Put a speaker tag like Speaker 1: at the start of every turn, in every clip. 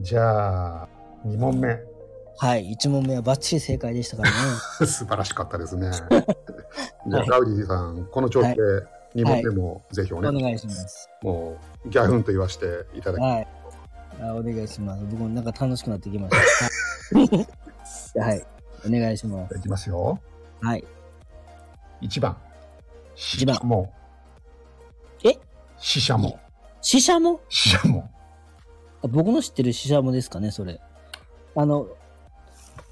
Speaker 1: じゃあ、2問目。
Speaker 2: はい、1問目はバッチリ正解でしたから ね。
Speaker 1: 素晴らしかったです ね。じゃあ、ガウディさん、この調子で2問目もぜひお
Speaker 2: お
Speaker 1: 願いし
Speaker 2: 願いします。
Speaker 1: ます。もう、ギャフンと言わせていただき
Speaker 2: はい。あお願いします。僕もなんか楽しくなってきました。はい。はいお願いしま
Speaker 1: いた
Speaker 2: す。
Speaker 1: だきますよ。
Speaker 2: はい。
Speaker 1: 1番。死
Speaker 2: 番
Speaker 1: 者も。
Speaker 2: え
Speaker 1: 死者も。
Speaker 2: シシャモ
Speaker 1: 死者も。
Speaker 2: あ僕の知ってるシシャモですかね、それ。あの、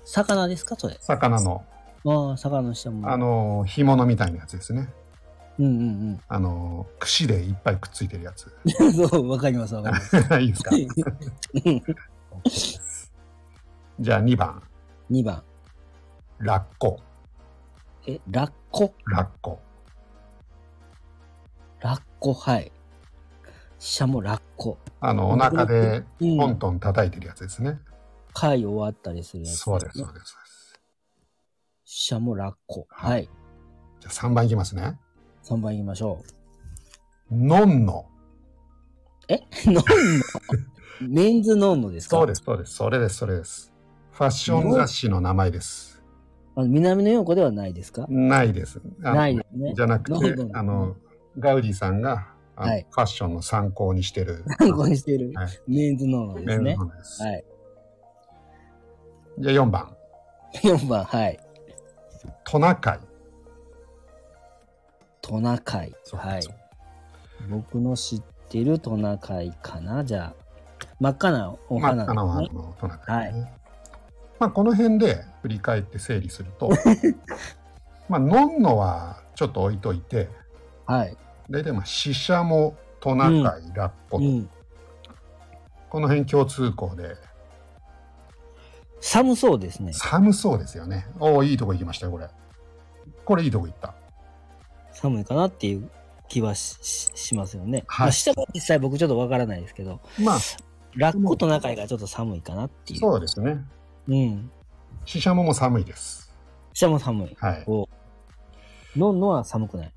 Speaker 2: 魚ですか、それ。
Speaker 1: 魚の、
Speaker 2: ああ、魚のシシャモ。
Speaker 1: あの、干物みたいなやつですね。
Speaker 2: うんうん
Speaker 1: あの、串でいっぱいくっついてるやつ。
Speaker 2: うん。 そう、わかります、わかります。
Speaker 1: いいですか じゃあ2番。
Speaker 2: 2番。
Speaker 1: ラッコ。
Speaker 2: え、ラッコ
Speaker 1: ラッコ。
Speaker 2: ラッコ、はい。シシャモ、ラッコ。
Speaker 1: あの、お腹で
Speaker 2: うん
Speaker 1: トントン叩いてるやつですね。
Speaker 2: 貝終わったりするやつ。
Speaker 1: そうです、そうです。
Speaker 2: シシャモ、ラッコ。
Speaker 1: は
Speaker 2: はい。
Speaker 1: じゃあ3番いきますね。
Speaker 2: 3番いきましょう。
Speaker 1: のんの。
Speaker 2: え飲んのメンズ飲んのですか。
Speaker 1: そうですす、そうです。それです、それです。ファッション雑誌の名前です。
Speaker 2: あの南の洋子ではないですか
Speaker 1: ないです。あの
Speaker 2: ないですね
Speaker 1: じゃなく
Speaker 2: な
Speaker 1: て
Speaker 2: るほ、ど
Speaker 1: あの、ガウディさんが、あの
Speaker 2: はい
Speaker 1: ファッションの参考にしてる。
Speaker 2: 参考にしてる、
Speaker 1: はい
Speaker 2: メンズ飲んのですね
Speaker 1: メン。ズです
Speaker 2: はい。
Speaker 1: じゃあ4番。
Speaker 2: 4番、はい。
Speaker 1: トナカイ。
Speaker 2: トナカイ。はい。僕の知ってるトナカイかなじゃあ。真っ赤なお
Speaker 1: まあ、
Speaker 2: 花、
Speaker 1: あの、あ
Speaker 2: ね。
Speaker 1: のトナカイね、まあ、この辺で振り返って整理する と、まあ、のんのはちょっと置いといて、
Speaker 2: はい。
Speaker 1: 大体まあ、シシャモ、トナカイ、ラッコと、
Speaker 2: うん。
Speaker 1: この辺共通項で、
Speaker 2: 寒そうですね。
Speaker 1: 寒そうですよね。おお、いいとこ行きましたよ、これ。これいいとこ行った。
Speaker 2: 寒いかなっていう気はしししますよね。
Speaker 1: はい
Speaker 2: まあ、下が実際僕ちょっとわからないですけど、
Speaker 1: まあ、
Speaker 2: ラッコトナカイがちょっと寒いかなっていう。
Speaker 1: そうですね。
Speaker 2: うん。
Speaker 1: シシャモも寒いです。
Speaker 2: 下も寒い。
Speaker 1: はい。
Speaker 2: おのんのは寒くない。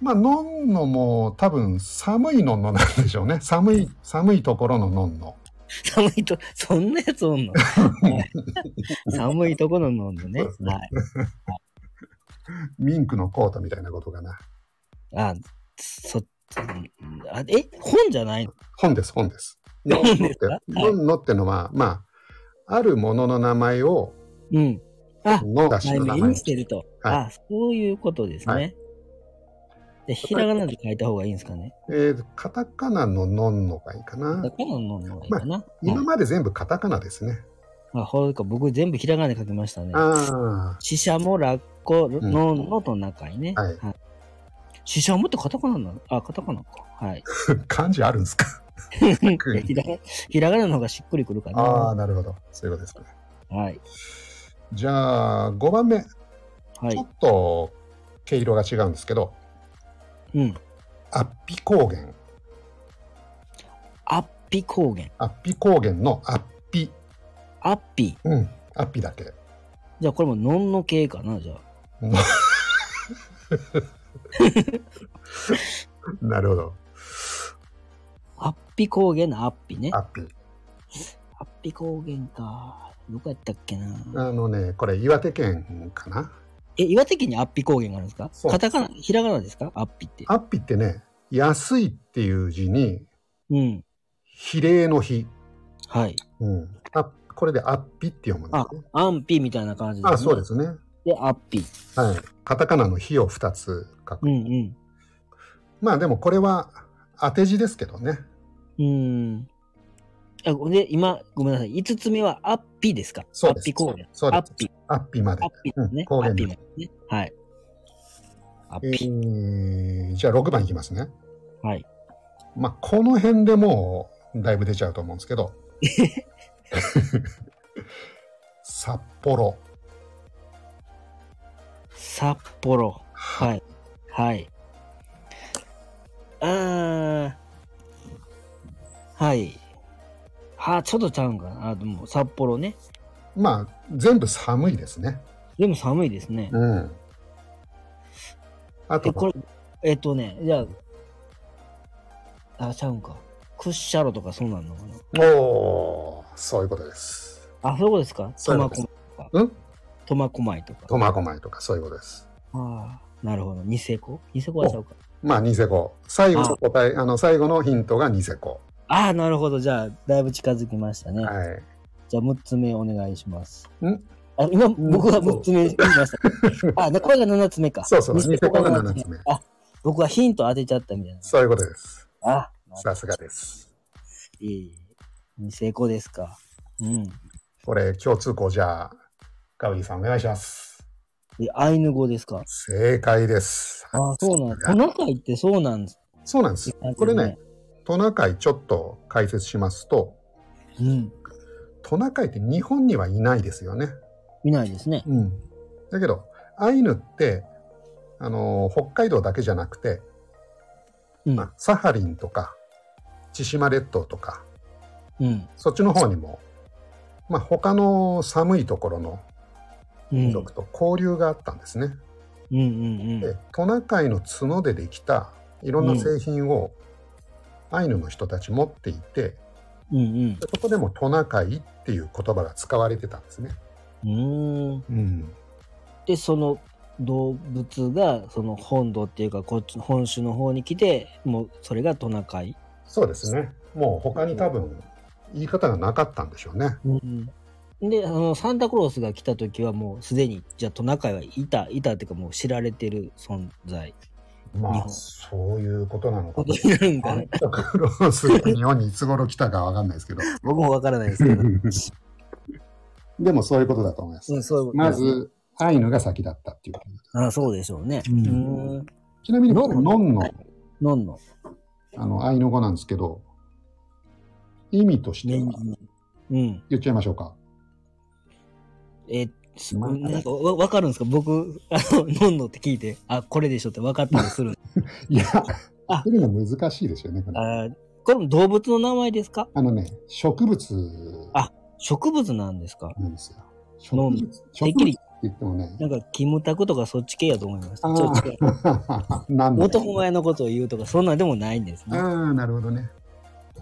Speaker 1: まあ、のんのも多分寒いのんのなんでしょうね。寒い、寒いところののんの。
Speaker 2: 寒いと、そんなやつお んの寒いところの飲んでね。
Speaker 1: そうですね
Speaker 2: はい。
Speaker 1: ミンクのコートみたいなことかな。
Speaker 2: あ、そ、あえ、本じゃないの
Speaker 1: 本です、本です。の
Speaker 2: 本
Speaker 1: んのっ
Speaker 2: です
Speaker 1: て、
Speaker 2: か
Speaker 1: のんのってのは、まあ、あるものの名前を、
Speaker 2: うん。あ、
Speaker 1: のだし
Speaker 2: 前
Speaker 1: の名
Speaker 2: 面
Speaker 1: 前
Speaker 2: にし。てると。
Speaker 1: はい
Speaker 2: あ、そういうことですね。
Speaker 1: は
Speaker 2: でひらがなで書いた方がいいんですかね。
Speaker 1: えー、カタカナののんのがいいかな
Speaker 2: だ。から飲んのがいいかな。
Speaker 1: 今まで全部カタカナですね。
Speaker 2: あ、ほら、僕全部ひらがなで書きましたね。
Speaker 1: あ
Speaker 2: シシャモ、ラッコ、
Speaker 1: ん
Speaker 2: のんのと中にね。
Speaker 1: はい
Speaker 2: シシャモってカタカナなのあ、カタカナか。はい。
Speaker 1: あ、 漢字あるんですか。
Speaker 2: いや ひらがひらがなの方がしっくりくるか
Speaker 1: あ
Speaker 2: な。
Speaker 1: あ、なるほど。そういうことですね。
Speaker 2: はい。
Speaker 1: じゃあ、5番目。
Speaker 2: は
Speaker 1: ちょ
Speaker 2: い。
Speaker 1: っと毛色が違うんですけど、
Speaker 2: うん。
Speaker 1: アッピ高原。
Speaker 2: アッピ高原。
Speaker 1: アッピ高原のアッピ。
Speaker 2: アッピ。
Speaker 1: うん。アッピだけ。
Speaker 2: じゃあこれもノンの系かな、じゃあ。
Speaker 1: なるほど。
Speaker 2: アッピ高原のアッピね。
Speaker 1: ア
Speaker 2: ア
Speaker 1: ッピ。
Speaker 2: ッピ高原か。どこやったっけな。
Speaker 1: あのね、これ岩手県かな。
Speaker 2: え、岩手県にアッピ高原があるんですか
Speaker 1: そう
Speaker 2: カタカナ、ひらがなですかアッピって。
Speaker 1: アッピってね、安いっていう字に、
Speaker 2: うん。
Speaker 1: 比例の比。
Speaker 2: はい。
Speaker 1: うん。あこれでアッピって読むんですね。
Speaker 2: アンピみたいな感じです、
Speaker 1: あ
Speaker 2: ね。。
Speaker 1: そうですすね。
Speaker 2: で、アッピ。
Speaker 1: はい。カタカナの比を2つ書く。
Speaker 2: うんうん。
Speaker 1: まあでもこれは当て字ですけどね。
Speaker 2: うーん。あごめんね今、ごめんなさい。五つ目はアッピですか
Speaker 1: そう
Speaker 2: ア
Speaker 1: で
Speaker 2: ッ
Speaker 1: す
Speaker 2: ピ高原。。
Speaker 1: そう
Speaker 2: ア
Speaker 1: で
Speaker 2: ッ
Speaker 1: す
Speaker 2: ピ。。
Speaker 1: アッピまで。
Speaker 2: アッピですね。
Speaker 1: うん高
Speaker 2: ア
Speaker 1: 原
Speaker 2: ッ
Speaker 1: で
Speaker 2: ピまでね。はい。アッ
Speaker 1: え
Speaker 2: ピ。
Speaker 1: ーじゃあ6番いきますね。
Speaker 2: はい。
Speaker 1: まあ、この辺でもうだいぶ出ちゃうと思うんですけ ど。札幌。
Speaker 2: 札幌。
Speaker 1: は。
Speaker 2: はいい。はい。あー。はい。あー、ちょっとちゃうんかな。あー、でも札幌ね。
Speaker 1: まあ、全部寒いですね。
Speaker 2: でも寒いですね。
Speaker 1: うん。あ
Speaker 2: え、
Speaker 1: と、
Speaker 2: これ、えっとね、じゃあ、あー、ちゃうんか。クッシャロとかそうなんのかな。
Speaker 1: おーそういうことです。
Speaker 2: あ、そういうことですか
Speaker 1: そういうこと
Speaker 2: 苫小
Speaker 1: です
Speaker 2: 牧
Speaker 1: うん
Speaker 2: 苫小牧とか。
Speaker 1: 苫小牧とかそういうことです。
Speaker 2: ああ、なるほど。ニセコニセコはちゃうか。
Speaker 1: まあ、ニセコ。最後の答え、あの、最後のヒントがニセコ。
Speaker 2: ああ、なるほど。じゃあ、だいぶ近づきましたね。
Speaker 1: はい。
Speaker 2: じゃあ、6つ目お願いします。
Speaker 1: ん
Speaker 2: あ今、僕が6つ目言いました。あ、でこれが7つ目か。
Speaker 1: そうそう
Speaker 2: ニセコ
Speaker 1: ニセコが七つ目
Speaker 2: あ、僕はヒント当てちゃったみたいな。
Speaker 1: そういうことです。
Speaker 2: あ、
Speaker 1: さすがです。
Speaker 2: いい。ニセコですか。うん。
Speaker 1: これ、共通項じゃあ、ガウディさんお願いします。
Speaker 2: えアイヌ語ですか。
Speaker 1: 正解です。
Speaker 2: あ、そうなんトナカイってそうなんです。
Speaker 1: そうなんです。これね、トナカイちょっと解説しますと、
Speaker 2: うん。
Speaker 1: トナカイって日本にはいないですよね。
Speaker 2: 見ないですね。
Speaker 1: うん。だけど、アイヌって、あのー北海道だけじゃなくて、
Speaker 2: うん。
Speaker 1: まあサハリンとか、千島列島とか、
Speaker 2: うん。
Speaker 1: そっちの方にも、まあ、他の寒いところの
Speaker 2: うん。うん
Speaker 1: 民族と交流があったんですね。
Speaker 2: うんうん
Speaker 1: で、トナカイの角でできたいろんな製品をアイヌの人たち持っていて、
Speaker 2: うん
Speaker 1: そこでもトナカイっていう言葉が使われてたんですね。
Speaker 2: うん。うーん。
Speaker 1: うん。
Speaker 2: で、その動物が、その本土っていうか、こっちの本州の方に来て、もうそれがトナカイ。
Speaker 1: そうですね。もう他に多分言い方がなかったんでしょうね。
Speaker 2: うん。で、あの、サンタクロースが来た時はもうすでに、じゃあトナカイはいた、いたっていうかもう知られてる存在。日
Speaker 1: まあ、
Speaker 2: 本
Speaker 1: そういうことなのか
Speaker 2: こ
Speaker 1: も
Speaker 2: と
Speaker 1: し
Speaker 2: になるん
Speaker 1: れ
Speaker 2: か
Speaker 1: ない
Speaker 2: ね。。
Speaker 1: クロースが日本にいつ頃来たかわかんないですけど。
Speaker 2: 僕もわからないですけど。
Speaker 1: でもそういうことだと思います。
Speaker 2: うん、そういうこと
Speaker 1: まず、アイヌが先だったっていうこと
Speaker 2: あそうでしょうね。
Speaker 1: う
Speaker 2: うんん。ん
Speaker 1: ちなみに、
Speaker 2: ノ
Speaker 1: こ
Speaker 2: ン
Speaker 1: のノンの
Speaker 2: はいのんの。
Speaker 1: あのアイヌ語なんですけど、意味として
Speaker 2: メイ
Speaker 1: は
Speaker 2: ンうん。
Speaker 1: 言っちゃいましょうか。
Speaker 2: えーす
Speaker 1: まあ
Speaker 2: なんかわわかるんですか僕、 あの、のんのって聞いて、あ、これでしょって分かったりする。
Speaker 1: いや、
Speaker 2: あ
Speaker 1: 出るの難しいですよね、これ。
Speaker 2: あーこれも動物の名前ですか
Speaker 1: あのね、植物
Speaker 2: あ植物なんですか
Speaker 1: なんですよ。植
Speaker 2: ノン
Speaker 1: 物植物
Speaker 2: てっき
Speaker 1: って
Speaker 2: り、
Speaker 1: 言っても ね、
Speaker 2: なんか、キムタクとかそっち系やと思いました。
Speaker 1: あ
Speaker 2: ちょっと違う
Speaker 1: あ、なんだ
Speaker 2: 男前のことを言うとか、そんなんでもないんです
Speaker 1: あ
Speaker 2: ね。
Speaker 1: あ、なるほどね。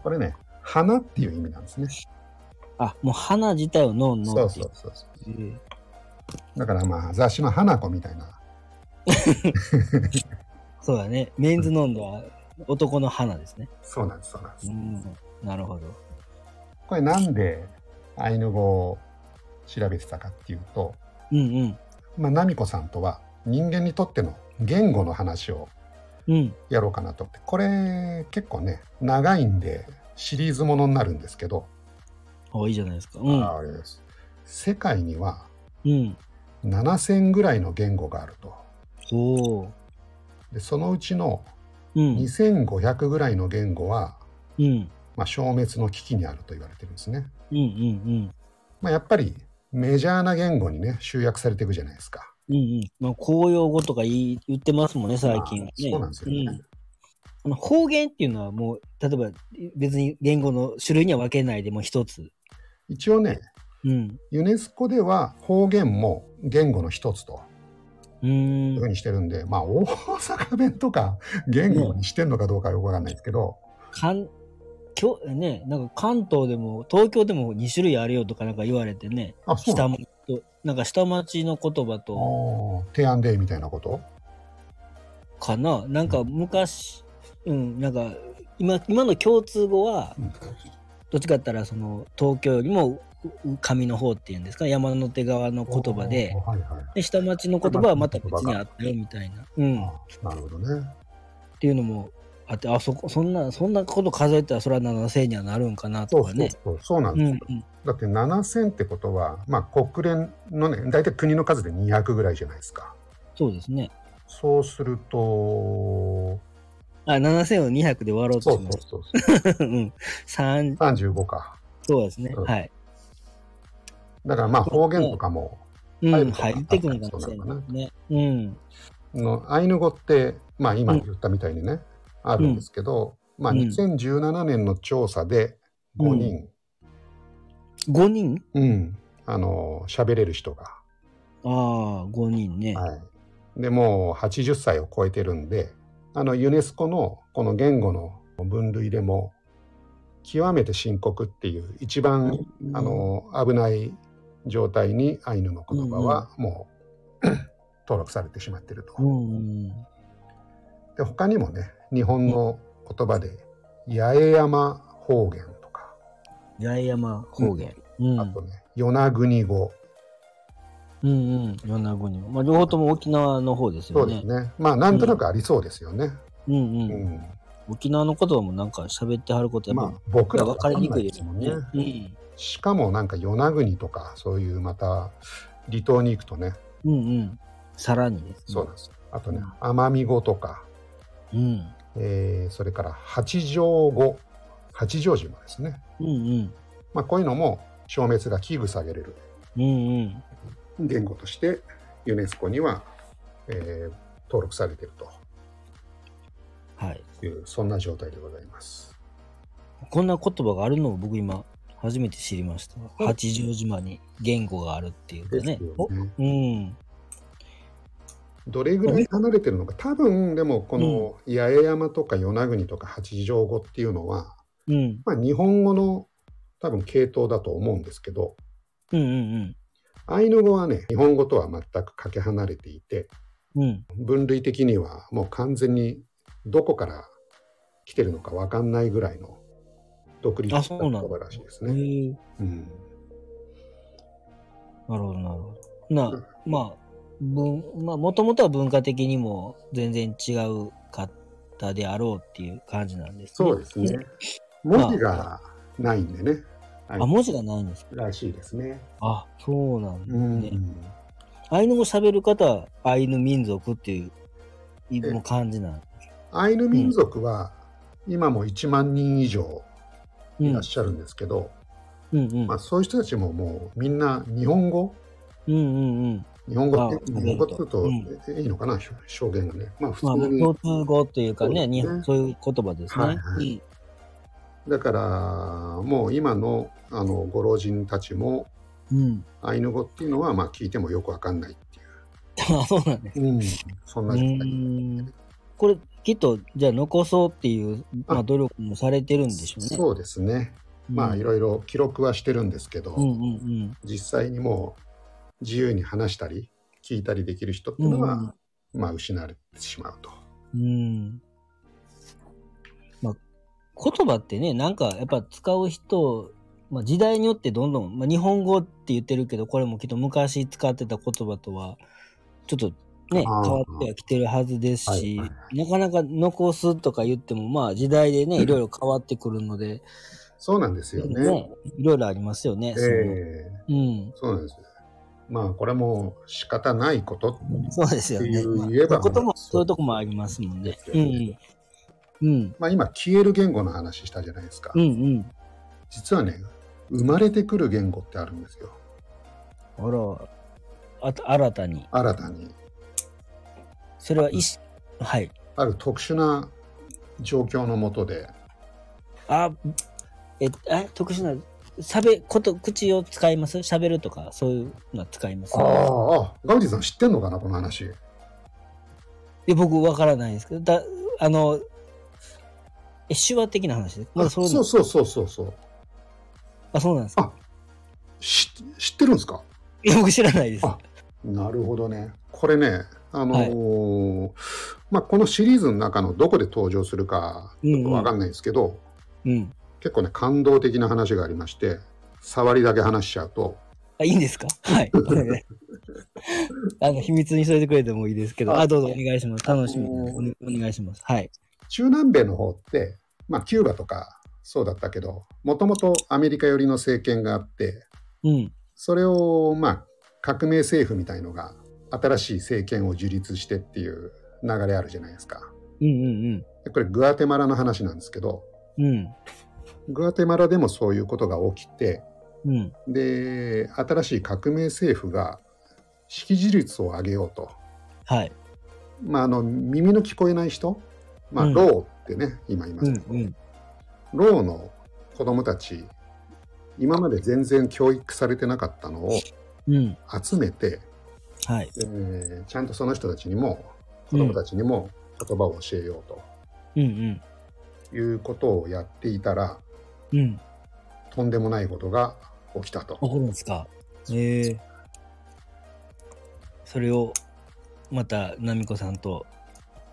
Speaker 1: これね、花っていう意味なんですね。
Speaker 2: あ、もう花自体をのん
Speaker 1: そ
Speaker 2: の
Speaker 1: う
Speaker 2: っ
Speaker 1: そ
Speaker 2: ていう
Speaker 1: うそうそう。
Speaker 2: えー
Speaker 1: だからまあ、雑誌の花子みたいな。
Speaker 2: そうだね。メンズのんのは男の花ですね。
Speaker 1: そうなんです、そうなんで
Speaker 2: う
Speaker 1: す。
Speaker 2: ん。なるほど。
Speaker 1: これなんでアイヌ語を調べてたかっていうと、
Speaker 2: うんうん。
Speaker 1: まあ、ナミコさんとは人間にとっての言語の話を
Speaker 2: うん。
Speaker 1: やろうかなと思ってこれ結構ね長いんでシリーズものになるんですけど、
Speaker 2: あ、いいじゃないですか。うん。
Speaker 1: あれです世界には
Speaker 2: うん。
Speaker 1: 7,000ぐらいの言語があると
Speaker 2: おー。
Speaker 1: でそのうちの
Speaker 2: うん。
Speaker 1: 2,500ぐらいの言語は、
Speaker 2: うん。
Speaker 1: まあ、消滅の危機にあると言われてるんですね、
Speaker 2: うんうん
Speaker 1: まあ、やっぱりメジャーな言語にね集約されていくじゃないですか
Speaker 2: うん。うんうん。まあ、公用語とか言い言ってますもんね、最近はね
Speaker 1: ま。あそうなんですよね、
Speaker 2: うんあの方言っていうのはもう、例えば別に言語の種類には分けないでもう一つ。
Speaker 1: 一応ね
Speaker 2: うん。
Speaker 1: ユネスコでは方言も言語の一つと
Speaker 2: う
Speaker 1: い
Speaker 2: ー。
Speaker 1: うふうんにしてるんで、まあ大阪弁とか言語にしてんのかどうかよくわかんないですけど、
Speaker 2: かん今日ね、なんか関東でも東京でも2種類あるよとかなんか言われてね、
Speaker 1: あ、そうな
Speaker 2: 下
Speaker 1: の
Speaker 2: 町と、なんか下町の言葉と
Speaker 1: あー提案でみたいなこと
Speaker 2: かな、なんか昔、うん、なんか今今の共通語は、どっちかって言ったらその東京よりもうう上の方っていうんですか山の手側の言葉で
Speaker 1: おーはいはい。
Speaker 2: で下町の言葉はまた別にあったよみたいな、うん、っ
Speaker 1: あなるほどね。
Speaker 2: ていうのもあってあそこそんなそんなこと数えたらそれは7000にはなるんかなとかね。
Speaker 1: そうそうなん
Speaker 2: う
Speaker 1: で
Speaker 2: ん
Speaker 1: す
Speaker 2: う
Speaker 1: よ、
Speaker 2: ん
Speaker 1: だって7000ってことは、まあ、国連のね大体国の数で200ぐらいじゃないですか
Speaker 2: そうですね。
Speaker 1: そうすると
Speaker 2: あ7000を200で割ろうと
Speaker 1: そう
Speaker 2: し
Speaker 1: そ
Speaker 2: ま
Speaker 1: う
Speaker 2: す。
Speaker 1: そう
Speaker 2: うん3
Speaker 1: 35か
Speaker 2: そうですね。
Speaker 1: うん
Speaker 2: はい。
Speaker 1: だからまあ方言とかも
Speaker 2: う
Speaker 1: 入
Speaker 2: ん、
Speaker 1: るかな
Speaker 2: 入ってくるかもしれないね。うん。
Speaker 1: のアイヌ語って、まあ、今言ったみたいにね、あるんですけど、まあ、
Speaker 2: うん
Speaker 1: 2017年の調査で5人、
Speaker 2: 5人
Speaker 1: うんあの喋れる人が、
Speaker 2: ああ、5人ね。
Speaker 1: はい、でもう80歳を超えてるんであのユネスコのこの言語の分類でも極めて深刻っていう一番、あの危ない状態にアイヌの言葉はも う、登録されてしまっていると。
Speaker 2: うんうん
Speaker 1: で他にもね日本の言葉で八重山方言とか、
Speaker 2: 八重山方言。うん。う
Speaker 1: あ
Speaker 2: ん
Speaker 1: とね与那国語
Speaker 2: うん。米子にも。まあ、両方とも沖縄の方です
Speaker 1: そ
Speaker 2: よ
Speaker 1: うです
Speaker 2: ね。
Speaker 1: ねまあなんとなくありそうですよね。
Speaker 2: うんうん。
Speaker 1: うん
Speaker 2: 沖縄の言葉もなんか喋ってはることやっ
Speaker 1: ま
Speaker 2: ぱ
Speaker 1: あ僕ら
Speaker 2: 分
Speaker 1: は
Speaker 2: かりにくい
Speaker 1: で
Speaker 2: ですす
Speaker 1: も
Speaker 2: も
Speaker 1: ん
Speaker 2: ん
Speaker 1: ね
Speaker 2: ね。。うん
Speaker 1: しかもなんか与那国とかそういうまた離島に行くとね
Speaker 2: うんうん。さらにですね。
Speaker 1: そうなんです。あとね奄美語とか、
Speaker 2: うん。
Speaker 1: えーそれから八丈語八丈島ですね。
Speaker 2: うん
Speaker 1: まあこういうのも消滅が危惧される
Speaker 2: うん。うんうん。
Speaker 1: 言語としてユネスコには、えー登録されていると
Speaker 2: はい。
Speaker 1: いうそんな状態でございます。
Speaker 2: こんな言葉があるのを僕今初めて知りました。八丈島に言語があるっていうか
Speaker 1: です
Speaker 2: ね。
Speaker 1: よ
Speaker 2: お
Speaker 1: ね。
Speaker 2: うん。
Speaker 1: どれぐらい離れてるのか多分でもこの八重山とか与那国とか八丈語っていうのは、
Speaker 2: うん。
Speaker 1: まあ、日本語の多分系統だと思うんですけど
Speaker 2: うんうん
Speaker 1: アイヌ語はね日本語とは全くかけ離れていて
Speaker 2: うん。うん。
Speaker 1: 分類的にはもう完全にどこから来てるのか分かんないぐらいの独立
Speaker 2: あ
Speaker 1: した
Speaker 2: そう
Speaker 1: 言
Speaker 2: なんだ
Speaker 1: 葉らしいです
Speaker 2: へ
Speaker 1: ね。
Speaker 2: え
Speaker 1: うん
Speaker 2: なるほどなるほど。な、まあ、文、まあ、もともとは文化的にも全然違う方であろうっていう感じなんですね。
Speaker 1: そうですね。。文字がないんでね。
Speaker 2: あ、文字がないんですか。
Speaker 1: らしいですね。
Speaker 2: あ、そうなんだ。
Speaker 1: うん
Speaker 2: ねアイヌ語喋る方はアイヌ民族っていう、いもう感じなんで
Speaker 1: アイヌ民族は今も1万人以上
Speaker 2: す。
Speaker 1: いらっしゃるんですけど、
Speaker 2: うんうんうん
Speaker 1: まあ、そういう人たちももうみんな日本語
Speaker 2: うんうんうん。
Speaker 1: 日本語っ
Speaker 2: あ
Speaker 1: て日本語って言うと
Speaker 2: うん
Speaker 1: いいのかな、表現がね。まあ普
Speaker 2: まあ、
Speaker 1: 通に、
Speaker 2: 共通語というか
Speaker 1: そうです
Speaker 2: ね、
Speaker 1: ね
Speaker 2: 日本そういう言葉ですね。
Speaker 1: はいはいだからもう今のあのご老人たちも
Speaker 2: うん。うん。
Speaker 1: アイヌ語っていうのはまあ聞いてもよくわかんないってい
Speaker 2: あ、そうなんです。
Speaker 1: う、そん
Speaker 2: う
Speaker 1: な状態
Speaker 2: ーん。これ、きっと、じゃあ残そうっていう、ま
Speaker 1: あ
Speaker 2: あ、努力もされてるんでしょうね。
Speaker 1: そうですね。
Speaker 2: うん
Speaker 1: まあいろいろ記録はしてるんですけど、
Speaker 2: うんうんうん。
Speaker 1: 実際にもう自由に話したり聞いたりできる人っていううんのは、まあ失われてしまうと。
Speaker 2: うん。まあ、言葉ってね、なんかやっぱ使う人、まあ、時代によってどんどん、まあ、日本語って言ってるけど、これもきっと昔使ってた言葉とは、ちょっとね、変
Speaker 1: あー
Speaker 2: わってはきてるはずですし、
Speaker 1: はい
Speaker 2: なかなか残すとか言っても、まあ時代でね、いろいろ変わってくるので、
Speaker 1: そうなんですよね。
Speaker 2: ねいろいろありますよね。
Speaker 1: ええ
Speaker 2: そのうん。
Speaker 1: そうなんです。まあこれも仕方ないこと
Speaker 2: そうですよ
Speaker 1: って
Speaker 2: ね。
Speaker 1: いう
Speaker 2: まあ
Speaker 1: 言えば
Speaker 2: そういうことも、そういうとこもありますもんね。
Speaker 1: です
Speaker 2: う
Speaker 1: よ
Speaker 2: ん
Speaker 1: ね
Speaker 2: うん。うん
Speaker 1: まあ今消える言語の話したじゃないですか。
Speaker 2: うんうん。
Speaker 1: 実はね生まれてくる言語ってあるんですよ
Speaker 2: あら、あと新たに。
Speaker 1: 新たに
Speaker 2: それは意思、はい。
Speaker 1: ある特殊な状況のもとで
Speaker 2: あ、え、え特殊な、しゃべ、こと、口を使いますしゃべるとか、そういうのは使います
Speaker 1: あああガウディさん知ってんのかなこの話
Speaker 2: で僕、わからないんですけど、だあの、え、手話的な話です。まだそういう
Speaker 1: そ
Speaker 2: の
Speaker 1: う。そうそうそうそう
Speaker 2: あ、そうなんですか。
Speaker 1: 知知ってるんですか
Speaker 2: いや、僕知らないです。
Speaker 1: あなるほどねこれねあのーまあこのシリーズの中のどこで登場するか
Speaker 2: うんうん
Speaker 1: わかんないですけど、
Speaker 2: うん。
Speaker 1: 結構ね感動的な話がありまして触りだけ話しちゃうと
Speaker 2: あ、いいんですか はい。ごめんねあの、秘密にしといてくれてもいいですけど、
Speaker 1: あ
Speaker 2: あ、どうぞお願いします。楽しみなん
Speaker 1: あの
Speaker 2: で
Speaker 1: ー
Speaker 2: おお願いします。はい。
Speaker 1: 中南米の方って、まあ、キューバとかそうだったけどもともとアメリカ寄りの政権があって
Speaker 2: うん。
Speaker 1: それをまあ革命政府みたいのが新しい政権を樹立してっていう流れあるじゃないですか。
Speaker 2: うんうん
Speaker 1: でこれグアテマラの話なんですけど
Speaker 2: うん。うん。
Speaker 1: グアテマラでもそういうことが起きて
Speaker 2: うん。
Speaker 1: で新しい革命政府が識字率を上げようと、
Speaker 2: はい。
Speaker 1: まあ、あの耳の聞こえない人、まあ、
Speaker 2: うん
Speaker 1: ローってね、今言いま
Speaker 2: う
Speaker 1: す
Speaker 2: ん
Speaker 1: けど、
Speaker 2: うん。
Speaker 1: ろうの子供たち今まで全然教育されてなかったのを
Speaker 2: うん。
Speaker 1: 集めて、
Speaker 2: はい。
Speaker 1: えーちゃんとその人たちにも子供たちにも言葉を教えよう
Speaker 2: うん
Speaker 1: ということをやっていたら、
Speaker 2: うん。
Speaker 1: とんでもないことが起きたと
Speaker 2: あ、。そうなんですか。ええそれを、また、奈美子さんと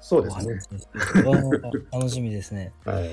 Speaker 1: そう
Speaker 2: お
Speaker 1: です
Speaker 2: 話
Speaker 1: ね
Speaker 2: し。して、わあ楽しみですね。
Speaker 1: はい。